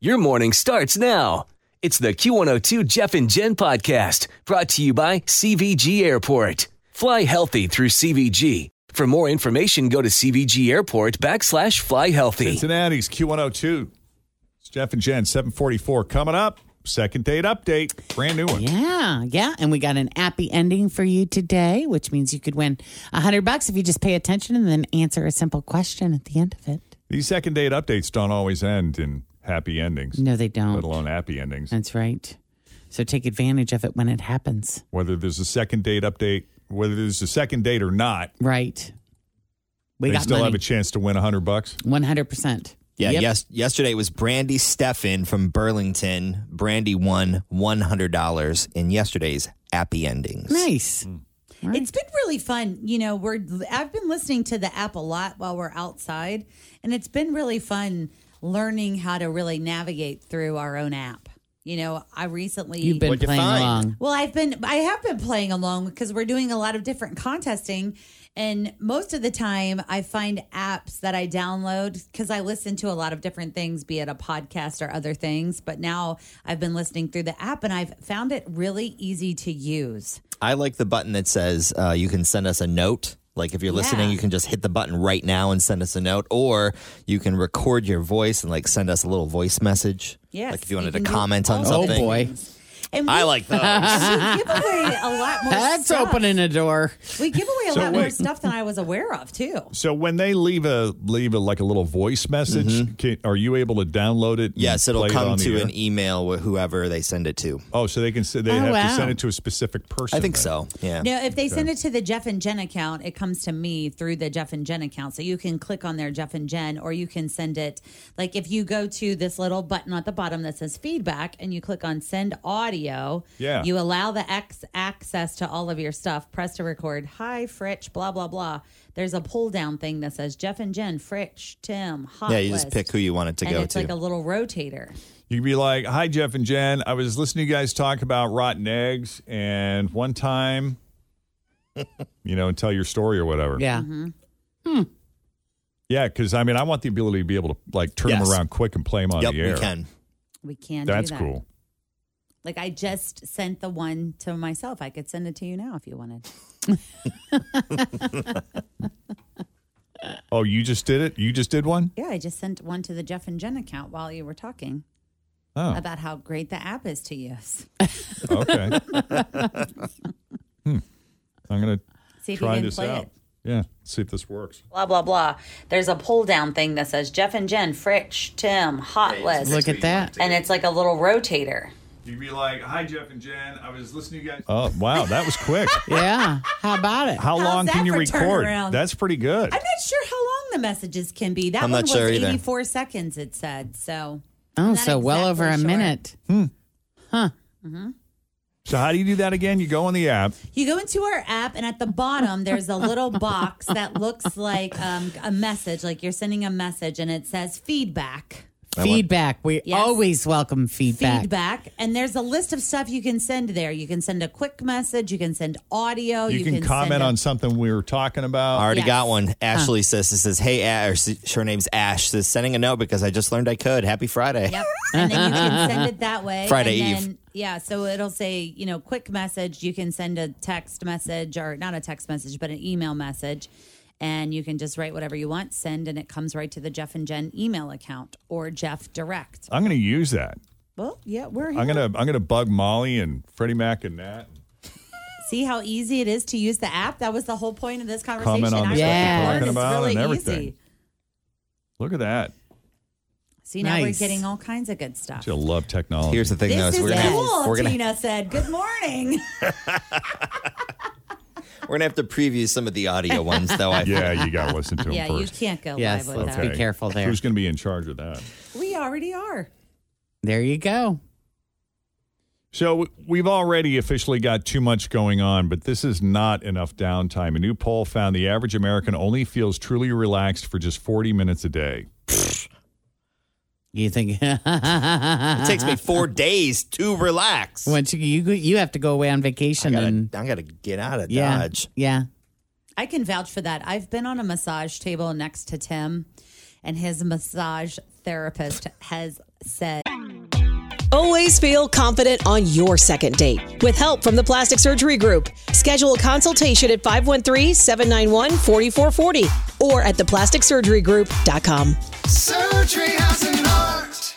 Your morning starts now. It's the Q102 Jeff and Jen podcast brought to you by CVG Airport. Fly healthy through CVG. For more information, go to CVG Airport backslash fly healthy. Cincinnati's Q102. It's Jeff and Jen, 744 coming up. Second date update, brand new one. Yeah, yeah. And we got an happy ending for you today, which means you could win a hundred bucks if you just pay attention and then answer a simple question at the end of it. These second date updates don't always end in happy endings, No, they let don't. alone happy endings. That's right. So take advantage of it when it happens. Whether there's a second date update, whether there's a second date or not, Right. We they got still have money. a chance to win 100 bucks. One hundred percent. Yeah, Yep. yes. Yesterday it was Brandy Steffen from Burlington. Brandy won one hundred dollars in yesterday's Happy Endings. Nice. All right. It's been really fun. You know, we're I've been listening to the app a lot while we're outside, and it's been really fun learning how to really navigate through our own app. You know, I recently You've been What'd you playing find? along. well, I've been I have been playing along because we're doing a lot of different contesting and most of the time I find apps that I download cuz I listen to a lot of different things be it a podcast or other things, but now I've been listening through the app and I've found it really easy to use. I like the button that says uh, you can send us a note. Like if you're listening, Yeah. you can just hit the button right now and send us a note, or you can record your voice and like send us a little voice message. Yes, like if you wanted you to can do comment on all Oh the something. boy, And we I like those. we give away a lot more that's stuff. opening a door. We give away a So lot more wait. stuff than I was aware of too. So when they leave a leave a like a little voice message, can, are you able to download it? and Mm-hmm. yes, it'll play it come on the to air? an e- email with whoever they send it to. Oh, so they can s- they Oh, have to wow. send it to a specific person. I think then. so. Yeah. No, if they send it to the Jeff and Jen account, it comes to me through the Jeff and Jen account. So you can click on their Jeff and Jen, or you can send it like if you go to this little button at the bottom that says feedback and you click on send audio, Yeah. you allow the X access to all of your stuff. Press to record. Hi, Fritch, blah, blah, blah. There's a pull down thing that says Jeff and Jen, Fritch, Tim, Hot Yeah, you just List. pick who you want it to and go it's to. like a little rotator. You'd be like, "Hi, Jeff and Jen. I was listening to you guys talk about rotten eggs, and one time, you know, and tell your story or whatever." Yeah. yeah. Because I mean, I want the ability to be able to like turn Yes. them around quick and play them on yep, the air. we can. We can That's do that. cool. Like I just sent the one to myself. I could send it to you now if you wanted. Oh, you just did it. You just did one. Yeah, I just sent one to the Jeff and Jen account while you were talking Oh, about how great the app is to use. okay. hmm. I'm gonna See if try you can this play out. it. Yeah, see if this works. Blah blah blah. There's a pull down thing that says Jeff and Jen, Fritch, Tim, Hot List, Look at that. and it's like a little rotator. You'd be like, "Hi, Jeff and Jen. I was listening to you guys." Oh, wow, that was quick. Yeah. How about it? How How's long that can you for record? turnaround? That's pretty good. I'm not sure how long the messages can be. That I'm one not was sure either. 84 seconds. It said so. Oh, Not so well over a exactly sure. minute. So how do you do that again? You go on the app. You go into our app, and at the bottom, there's a little box that looks like um, a message, like you're sending a message, and it says feedback. Feedback. We Yes. always welcome feedback. Feedback. And there's a list of stuff you can send there. You can send a quick message, you can send audio, you, Oh, you, can, comment send a- on something we were talking about. I already Yes. got one. Ashley says, "This says, hey, Ash. Her name's Ash. Says sending a note because I just learned I could. Happy Friday. Yep. And then you can send it that way. Friday and Eve. Then, yeah. So it'll say, you know, quick message. You can send a text message or not a text message, but an email message. And you can just write whatever you want, send, and it comes right to the Jeff and Jen email account or Jeff Direct. I'm going to use that. Well, yeah, we're here. I'm gonna I'm gonna bug Molly and Freddie Mac and Nat. See how easy it is to use the app? That was the whole point of this conversation. Comment on the I stuff we're learned talking it's about really and everything. easy. Look at that. See, now Nice. we're getting all kinds of good stuff. She'll love technology. Here's the thing, though: This is is we're gonna, cool, we're gonna Tina said. Good morning. we're gonna have to preview some of the audio ones, though. I yeah, you gotta listen to him yeah, you first. can't go Yes, live with let's that. be careful there. Who's gonna be in charge of that? We already are. There you go. So w- we've already officially got too much going on, but this is not enough downtime. A new poll found the average American only feels truly relaxed for just 40 minutes a day. You think It takes me four days to relax. once you, you you have to go away on I vacation gotta, and I gotta get out of yeah, Dodge. yeah. I can vouch for that. I've been on a massage table next to Tim, and his massage therapist has said, Always feel confident on your second date. With help from the Plastic Surgery Group, schedule a consultation at 513 791 4440 or at theplasticsurgerygroup.com. Surgery has an art.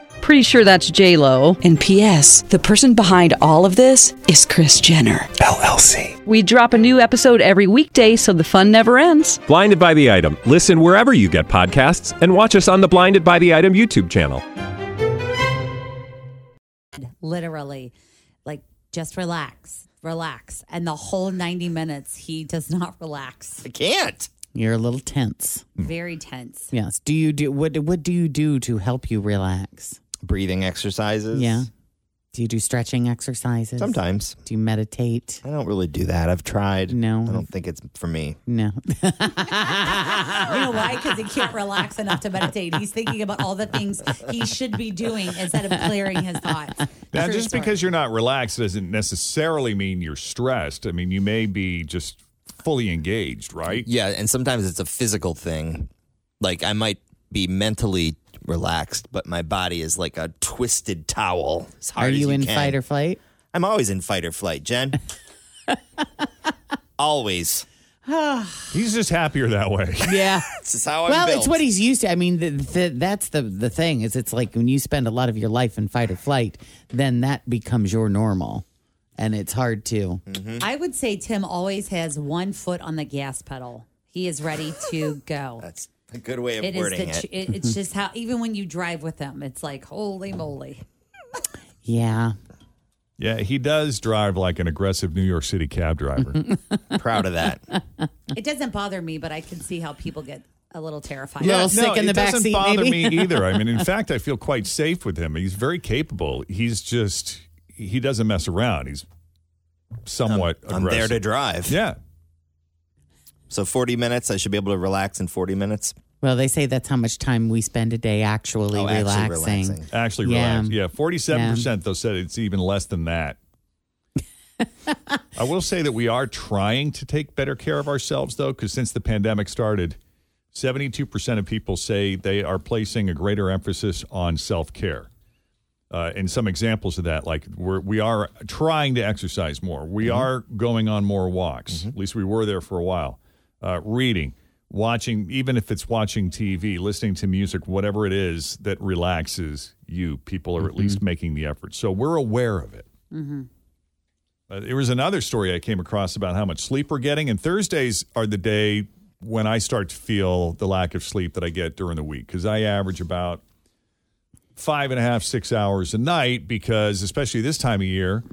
Pretty sure that's J Lo. And P.S. The person behind all of this is Chris Jenner. LLC. We drop a new episode every weekday, so the fun never ends. Blinded by the item. Listen wherever you get podcasts, and watch us on the Blinded by the Item YouTube channel. literally, like, just relax, relax. And the whole 90 minutes, he does not relax. I can't. You're a little tense. Very tense. Yes. Do you do what? What do you do to help you relax? Breathing exercises. Yeah. Do you do stretching exercises? Sometimes. Do you meditate? I don't really do that. I've tried. No. I don't think it's for me. No. You know why? Because he can't relax enough to meditate. He's thinking about all the things he should be doing instead of clearing his thoughts. Now, True just story. because you're not relaxed doesn't necessarily mean you're stressed. I mean, you may be just fully engaged, right? Yeah, and sometimes it's a physical thing. Like I might be mentally relaxed, but my body is like a twisted towel. As hard Are as you in can. fight or flight? I'm always in fight or flight, Jen. always. He's just happier that way. Yeah. This is how I'm well, built. it's what he's used to. I mean, the, the, that's the the thing is, it's like when you spend a lot of your life in fight or flight, then that becomes your normal, and it's hard to. I would say Tim always has one foot on the gas pedal. He is ready to go. That's a good way of It is Uh, wording the, it. ch- it. It's just how even when you drive with him, it's like holy moly. Yeah. yeah, he does drive like an aggressive New York City cab driver. Proud of that. It doesn't bother me, but I can see how people get a little terrified. Yeah. Little no, sick in the it back doesn't seat, bother maybe. me either. I mean, in fact, I feel quite safe with him. He's very capable. He's just he doesn't mess around. He's somewhat Um, I'm there aggressive. to drive. Yeah, So 40 minutes, I should be able to relax in 40 minutes. Well, they say that's how much time we spend a day actually Oh, actually relaxing. relaxing. actually, Yeah. relaxed. Yeah, forty-seven percent though said it's even less than that. I will say that we are trying to take better care of ourselves though, because since the pandemic started, seventy-two percent of people say they are placing a greater emphasis on self-care. uh, and some examples of that, like we're, we are trying to exercise more. We are going on more walks. At least we were there for a while. Uh, reading, watching, even if it's watching TV, listening to music, whatever it is that relaxes you, people are at least making the effort. So we're aware of it. Uh, there was another story I came across about how much sleep we're getting, and Thursdays are the day when I start to feel the lack of sleep that I get during the week because I average about five and a half, six hours a night because, especially this time of year,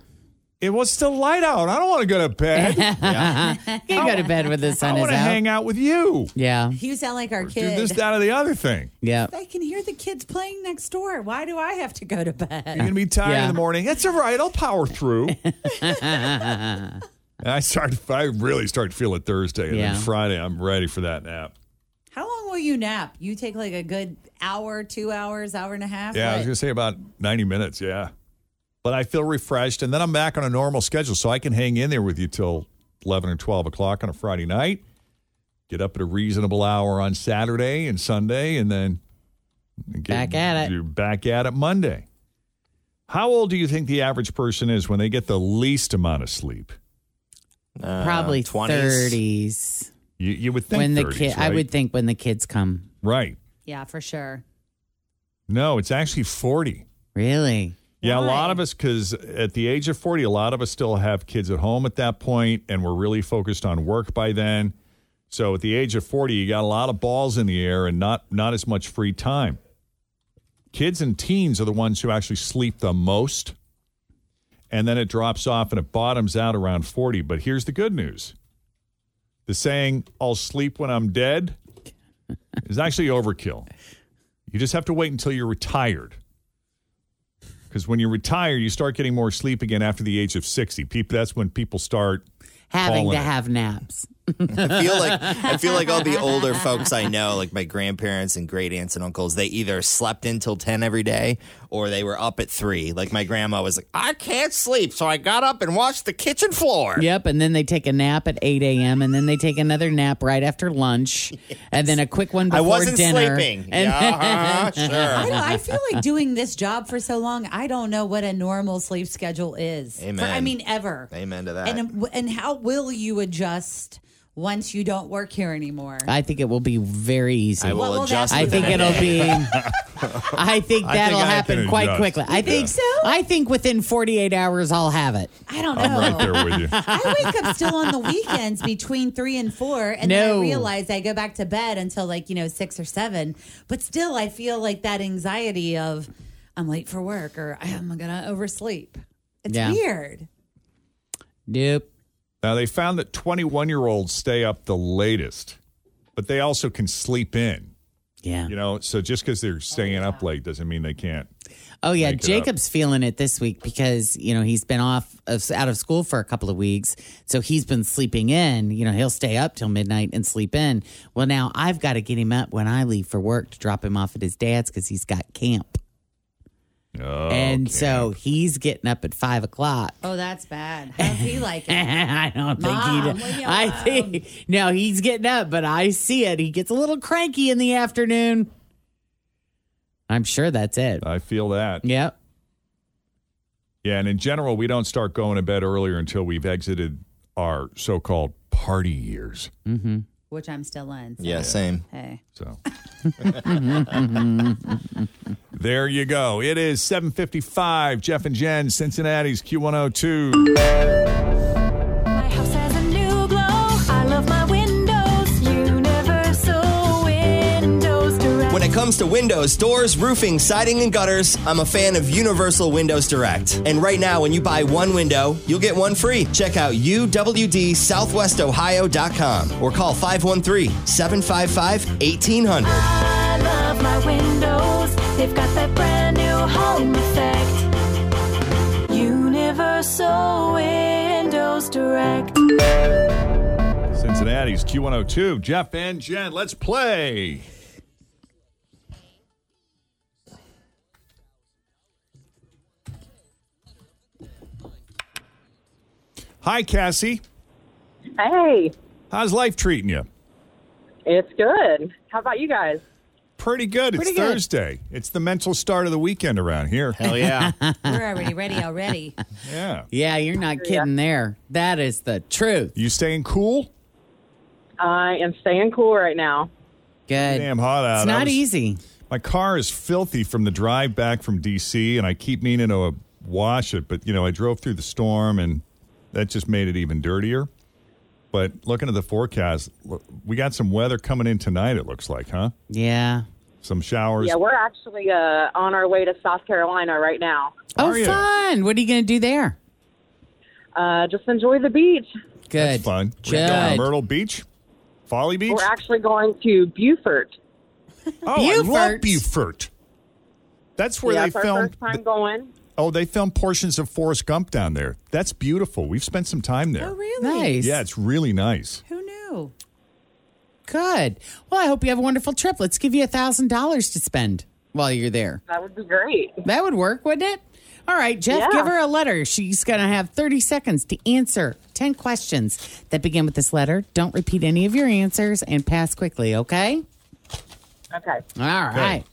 it was still light out. I don't want to go to bed. You can go to bed when the I sun is want out. to hang out with you. yeah. You sound like our Do kid. this, that, or the other thing. Yeah. I can hear the kids playing next door. Why do I have to go to bed? You're going to be tired Yeah. in the morning. That's all right. I'll power through. and I start, I really start to feel it Thursday. And Yeah. then Friday, I'm ready for that nap. How long will you nap? You take like a good hour, two hours, hour and a half. Yeah, I was Like, going to say about 90 minutes. Yeah. But I feel refreshed. And then I'm back on a normal schedule so I can hang in there with you till 11 or 12 o'clock on a Friday night. Get up at a reasonable hour on Saturday and Sunday, and then get, Back at it. You're back at it Monday. How old do you think the average person is when they get the least amount of sleep? Uh, Probably 30s. You, you would uh, think when the 30s, kid, I right? would think when the kids come. Right. Yeah, for sure. No, it's actually 40. Really? Yeah, a lot of us, because at the age of 40, a lot of us still have kids at home at that point, and we're really focused on work by then. So at the age of 40, you got a lot of balls in the air and not, not as much free time. Kids and teens are the ones who actually sleep the most. And then it drops off and it bottoms out around 40. But here's the good news the saying, I'll sleep when I'm dead, is actually overkill. You just have to wait until you're retired. Because when you retire, you start getting more sleep again after the age of 60. People, that's when people start Having calling to it. have naps. I feel like I feel like all the older folks I know, like my grandparents and great aunts and uncles, they either slept in till ten every day or they were up at three. Like my grandma was like, I can't sleep, so I got up and washed the kitchen floor. Yep, and then they take a nap at 8 a.m., and then they take another nap right after lunch, and then a quick one I before wasn't dinner. sleeping. And- Yeah, sure. I, don't- I feel like doing this job for so long, I don't know what a normal sleep schedule is. For- I Amen. mean, ever. Amen to that. And, um, and how will you adjust once you don't work here anymore? I think it will be very easy. I will What will adjust that I be? think within a it'll be. day. I think I think that'll I can happen quite adjust. quickly. I think so. I think within 48 hours, I'll have it. I don't know. I'm right there with you. I wake up still on the weekends between three and four, and then I No. realize I go back to bed until like you know six or seven. But still, I feel like that anxiety of I'm late for work or I'm gonna oversleep. It's Yeah. weird. Nope. Now, they found that 21 year olds stay up the latest, but they also can sleep in. Yeah. You know, so just because they're staying up late doesn't mean they can't. Oh yeah, Make it up. Jacob's feeling it this week because you know he's been off of, out of school for a couple of weeks, so he's been sleeping in. You know he'll stay up till midnight and sleep in. Well, now I've got to get him up when I leave for work to drop him off at his dad's because he's got camp, Oh, and okay. so he's getting up at five o'clock. Oh, that's bad. How's he like it? I don't think Mom, he. leave me Did. I alone. think no, he's getting up, but I see it. He gets a little cranky in the afternoon. I'm sure that's it. I feel that. Yep. Yeah, and in general, we don't start going to bed earlier until we've exited our so-called party years. Which I'm still in. so- Yeah, same. Hey. So there you go. It is 7:55. Jeff and Jen, Cincinnati's Q102. My house has a new glow. I love my windows. Universal Windows Direct. When it comes to windows, doors, roofing, siding, and gutters, I'm a fan of Universal Windows Direct. And right now, when you buy one window, you'll get one free. Check out uwdsouthwestohio.com or call 513 755 1800. I love my windows. They've got that brand new home effect. Universal Windows Direct. Cincinnati's Q102. Jeff and Jen, let's play. Hi, Cassie. Hey, How's life treating you? it's good. How about you guys? Pretty good. Pretty it's good. Thursday. It's the mental start of the weekend around here. Hell yeah. We're already ready already. yeah. Yeah, you're not kidding there. That is the truth. You staying cool? I am staying cool right now. Good. Damn hot out. It's I not was- easy. My car is filthy from the drive back from DC, and I keep meaning to uh, wash it, but you know I drove through the storm, and that just made it even dirtier. But looking at the forecast, look, we got some weather coming in tonight. It looks like, huh? Yeah. Some showers. Yeah, we're actually uh, on our way to South Carolina right now. Oh, Are ya? fun. What are you going to do there? Uh, just enjoy the beach. That's Good. fun. We're going to Good. Myrtle Beach, Folly Beach. We're actually going to Beaufort. oh, I love Beaufort. Beaufort. That's where yeah, they it's our filmed. first time going. Oh, they filmed portions of Forrest Gump down there. That's beautiful. We've spent some time there. Oh, really? Nice. Yeah, it's really nice. Who knew? Good. Well, I hope you have a wonderful trip. Let's give you a thousand dollars to spend. while you're there. That would be great. That would work, wouldn't it? All right, Jeff, Yeah. give her a letter. She's going to have 30 seconds to answer 10 questions that begin with this letter. Don't repeat any of your answers and pass quickly, okay? Okay. All right.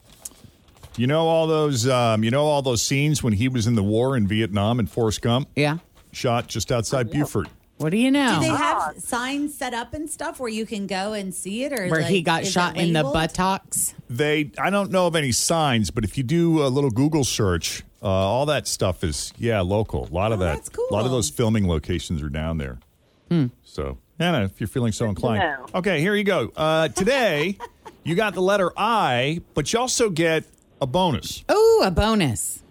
You know all those um, you know all those scenes when he was in the war in Vietnam and Forrest Gump? Yeah. Shot just outside Buford. What do you know? Do they have signs set up and stuff where you can go and see it, or Where he like, got is it shot in the labeled? buttocks? They I don't know of any signs, but if you do a little Google search, uh, all that stuff is yeah, local. A lot of that. A lot of those filming locations are down there. So, Anna, if you're feeling so inclined. know. Okay, here you go. Uh, today, you got the letter I, but you also get a bonus. Oh, a bonus.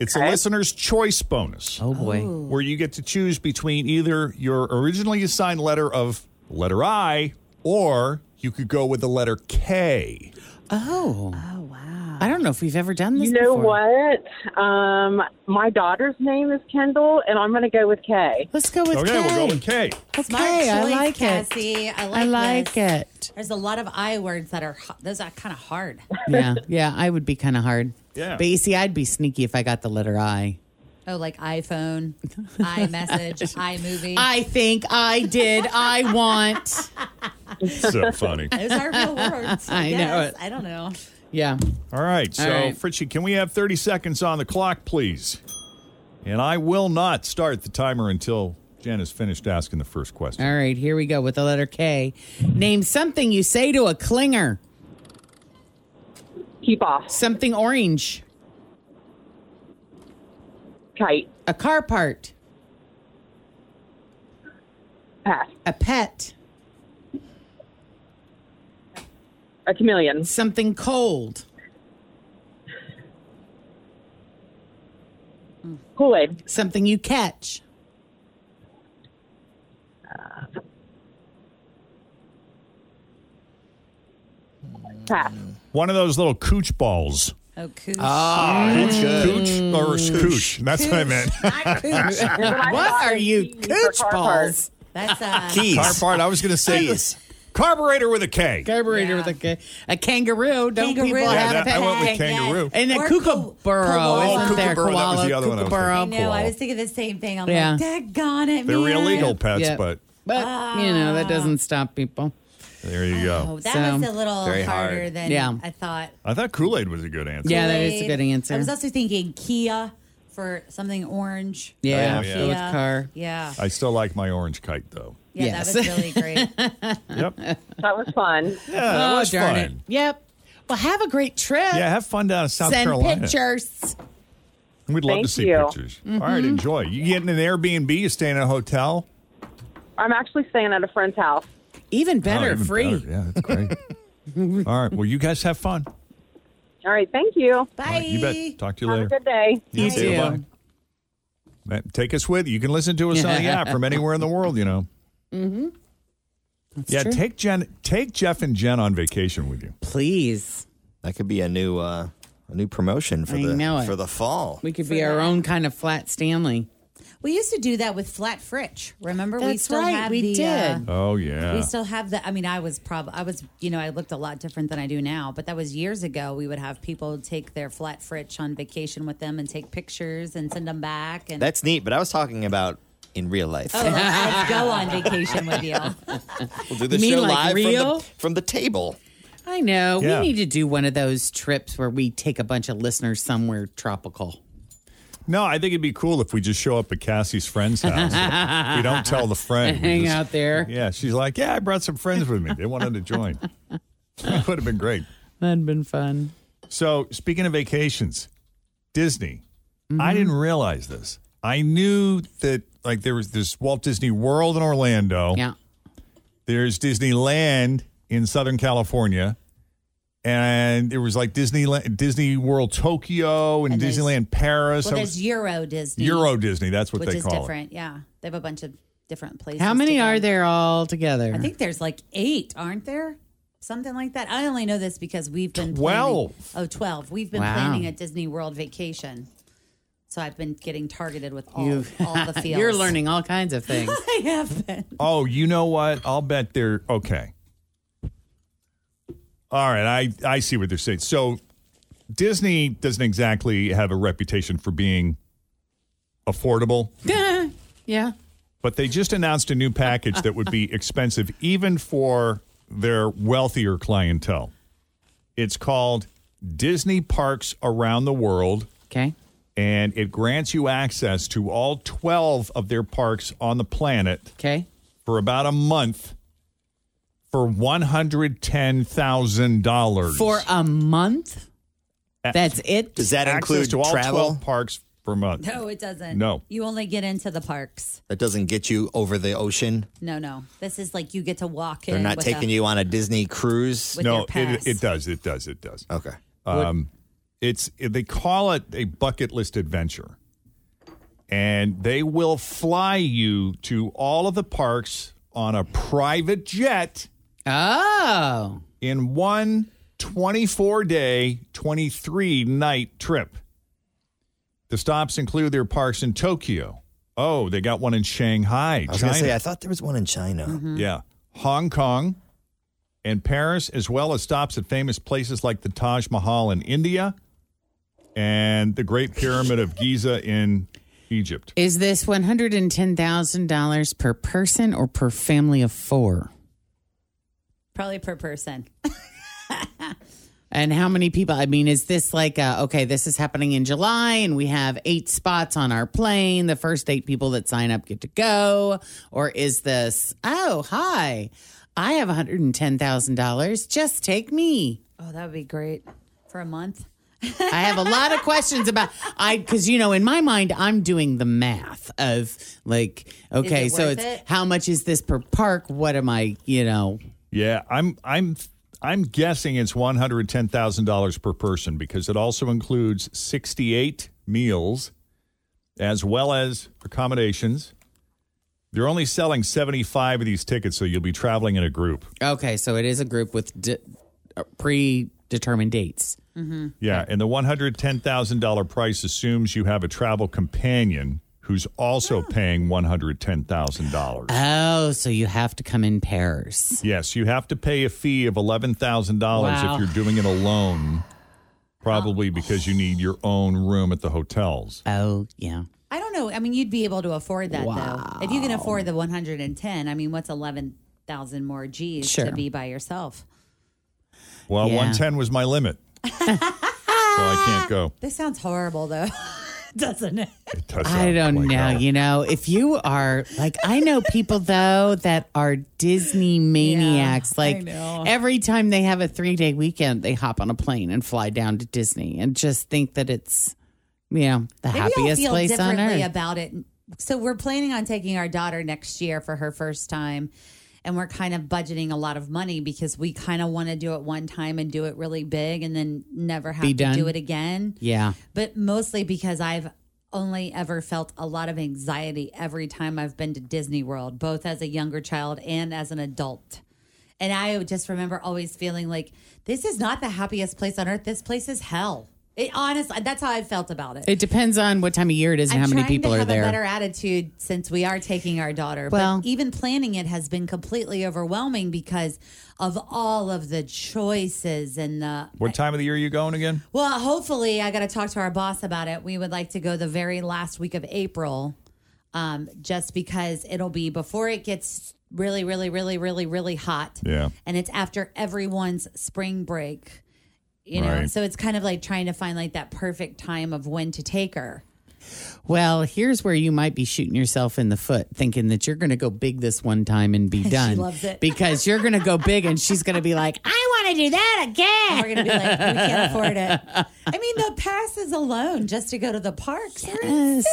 It's a listener's choice bonus. Oh, boy. Oh. Where you get to choose between either your originally assigned letter of letter I, or you could go with the letter K. Oh. Oh, wow. I don't know if we've ever done this You know before. what? Um, my daughter's name is Kendall, and I'm going to go with K. Let's go with okay, K. we'll go with K. Smart Okay, I choice, like it. Cassie. I like, I like this. it. There's a lot of I words that are h- those are kind of hard. yeah, yeah, I would be kind of hard. Yeah. But you see, I'd be sneaky if I got the letter I. Oh, like iPhone, iMessage, iMovie. I think I did. I want. So funny. Those are real words. I know guess. it. I don't know. Yeah. All right. So, All right. Fritchie, can we have 30 seconds on the clock, please? And I will not start the timer until Jen has finished asking the first question. All right, here we go with the letter K. Name something you say to a clinger. Keep off. Something orange. Kite. A car part. Pass. A pet. A chameleon. Something cold. Kool Aid. Something you catch. Pass. One of those little cooch balls. Oh, cooch. Ah, cooch, cooch or Ah, cooch. That's what I meant. what are you, cooch balls? That's uh, Car part. I was going to say carburetor with a K. Carburetor with a K. A kangaroo. Don't Kangaroo. people Yeah, have that- a pet? I went with kangaroo. And a Or kookaburra. koala. isn't there? Oh, kookaburra, that was Koala, the other one I was kookaburra. I know. I was thinking the same thing. I'm Yeah. like, daggone it, They're man. illegal pets, Yep. but But, you know, Ah. that doesn't stop people. there you Oh, go. that So- was a little Very harder hard. than Yeah. I thought. I thought Kool Aid was a good answer. Yeah, that is a Kool-Aid. good answer. I was also thinking Kia for something orange. yeah, Oh, yeah. go with car. Yeah. I still like my orange kite, though. Yeah, that was Yes. really great. Yep. Yeah, That was fun. that was fun. Yep. Well, have a great trip. Yeah, have fun down in South Send Carolina. pictures. We'd love Thank to see you. pictures. All right, enjoy. You getting an Airbnb? You staying at a hotel? I'm actually staying at a friend's house. Even better, Oh, even free. better. Yeah, that's great. All right. Well, you guys have fun. All right. Thank you. Bye. All right, you bet. Talk to you Have a later. good day. You too. Bye. Man, Uh, Take us with you. You can listen to us on the app from anywhere in the world, you know. yeah, Mm-hmm. true. take Jen, take Jeff and Jen on vacation with you. Please. That could be a new uh, a new promotion for I the know it. for the fall. We could be our own kind of flat Stanley. We used to do that with Flat Fritch. Remember, we That's still right, had we the, uh, did. Oh yeah. We still have the. I mean, I was probably. I was. You know, I looked a lot different than I do now. But that was years ago. We would have people take their Flat Fritch on vacation with them and take pictures and send them back. And That's neat, but I was talking about in real life. oh, let's go on vacation with you. We'll do the You mean show like live real? From, the, from the table. I know. Yeah. We need to do one of those trips where we take a bunch of listeners somewhere tropical. No, I think it'd be cool if we just show up at Cassie's friend's house. we don't tell the friend. we Hang just- out there. Yeah, she's like, yeah, I brought some friends with me. They wanted to join. that would have been great. That'd been fun. So, speaking of vacations, Disney. I Mm-hmm. didn't realize this. I knew that like there was this Walt Disney World in Orlando. Yeah. There's Disneyland in Southern California. And there was like Disneyland, Disney World Tokyo and, And there's- Disneyland Paris. Well, I there's was- Euro Disney. Euro Disney. That's what which they is call it. different. Yeah, they have a bunch of different places. How many to go. are there all together? I think there's like eight, aren't there? Something like that. I only know this because we've been Twelve. Planning, oh, 12. We've been Wow. planning a Disney World vacation. So I've been getting targeted with all, You- all the fields. You're learning all kinds of things. I have been. Oh, you know what? I'll bet they're okay. All right, I I see what they're saying. So Disney doesn't exactly have a reputation for being affordable, yeah. but they just announced a new package that would be expensive even for their wealthier clientele. It's called Disney Parks Around the World. Okay. And it grants you access to all 12 of their parks on the planet. Okay. For about a month for $110,000. For a month? That's it? Does that Access include to all travel? 12 parks per month. No, it doesn't. No. You only get into the parks. That doesn't get you over the ocean. No, no. This is like you get to walk in. They're not with taking a- you on a Disney cruise. With No, your it- pass. it does. It does. It does. Okay. Um, it's they call it a bucket list adventure, and they will fly you to all of the parks on a private jet. Oh, in one 24 day, 23 night trip. The stops include their parks in Tokyo. Oh, they got one in Shanghai, I was China. going to say, I thought there was one in China. Yeah. Hong Kong and Paris, as well as stops at famous places like the Taj Mahal in India and the Great Pyramid of Giza in Egypt. Is this $110,000 per person or per family of four? Probably per person. And how many people? I mean, is this like, a, okay, this is happening in July and we have eight spots on our plane. The first eight people that sign up get to go? Or is this, oh, hi, I have $110,000. Just take me. Oh, that would be great for a month. I have a lot of questions about I because you know in my mind I'm doing the math of like okay it so worth it's it? how much is this per park what am I you know Yeah, I'm I'm I'm guessing it's one hundred ten thousand dollars per person because it also includes sixty eight meals, as well as accommodations. They're only selling seventy five of these tickets, so you'll be traveling in a group. okay so it is a group with de- uh, predetermined dates Mm-hmm. Yeah, and the one hundred ten thousand dollar price assumes you have a travel companion who's also Ah. paying one hundred ten thousand dollars. oh so you have to come in pairs Yes, you have to pay a fee of eleven thousand dollars Wow. if you're doing it alone. Probably because you need your own room at the hotels. Oh yeah. I don't know. I mean, you'd be able to afford that though. If you can afford the 110, I mean, what's 11,000 more G's Sure. to be by yourself? Well, Yeah. one ten was my limit, so I can't go. This sounds horrible though, doesn't it? I don't know. You know, if you are like, I know people though that are Disney maniacs. like every time they have a three day weekend, they hop on a plane and fly down to Disney and just think that it's, you know, the Maybe I'll happiest feel place on differently earth. about it. So we're planning on taking our daughter next year for her first time, and we're kind of budgeting a lot of money because we kind of want to do it one time and do it really big, and then never have Be to done. do it again. yeah. But mostly because I've only ever felt a lot of anxiety every time I've been to Disney World, both as a younger child and as an adult. And I just remember always feeling like this is not the happiest place on earth. This place is hell. It honestly, that's how I felt about it. It depends on what time of year it is and how many trying people to are have there. A better attitude since we are taking our daughter. Well- but even planning it has been completely overwhelming because of all of the choices and the. What time of the year are you going again? Well, hopefully, I got to talk to our boss about it. We would like to go the very last week of April, um, just because it'll be before it gets really, really, really, really, really hot, Yeah. and it's after everyone's spring break. You know, Right. so it's kind of like trying to find like that perfect time of when to take her. Well, here's where you might be shooting yourself in the foot, thinking that you're going to go big this one time and be done. loves it. because you're going to go big, and she's going to be like, "I want to do that again." We're gonna be like, we can't afford it. I mean, the passes alone just to go to the parks. Yes.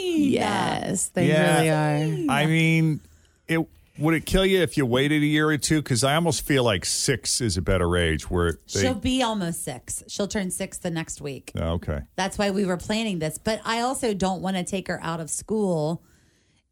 Yes, they really are. I mean, it would it kill you if you waited a year or two? Because I almost feel like six is a better age where they. She'll be almost six. She'll turn six the next week. Oh, okay. That's why we were planning this. But I also don't want to take her out of school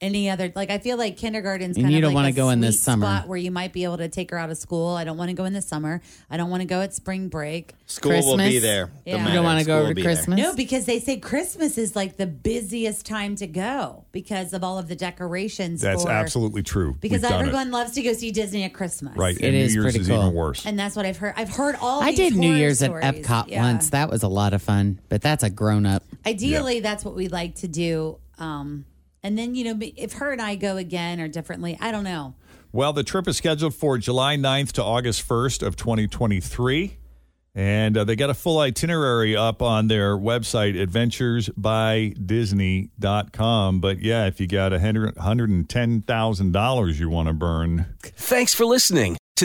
any other like I feel like kindergarten's And kind you of don't like wanna a go in this sweet summer. spot where you might be able to take her out of school. I don't want to go in the summer. I don't want to go at spring break. School will be Christmas? there. Don't Yeah. You don't matter. wanna go School over will be there. Christmas? No, because they say Christmas is like the busiest time to go because of all of the decorations. That's for- absolutely true. Because We've done it. everyone loves to go see Disney at Christmas. Right. It and is New Year's pretty is cool. even worse. And that's what I've heard. I've heard all. I these did New horror Year's stories. at Epcot Yeah. once. That was a lot of fun, but that's a grown up. Ideally, that's what we like to do. Um, and then you know, if her and I go again or differently, I don't know. Well, the trip is scheduled for July 9th to August 1st of 2023. And uh, they got a full itinerary up on their website, adventuresbydisney.com. But yeah, if you got a hundred- $110,000 you want to burn, Thanks for listening to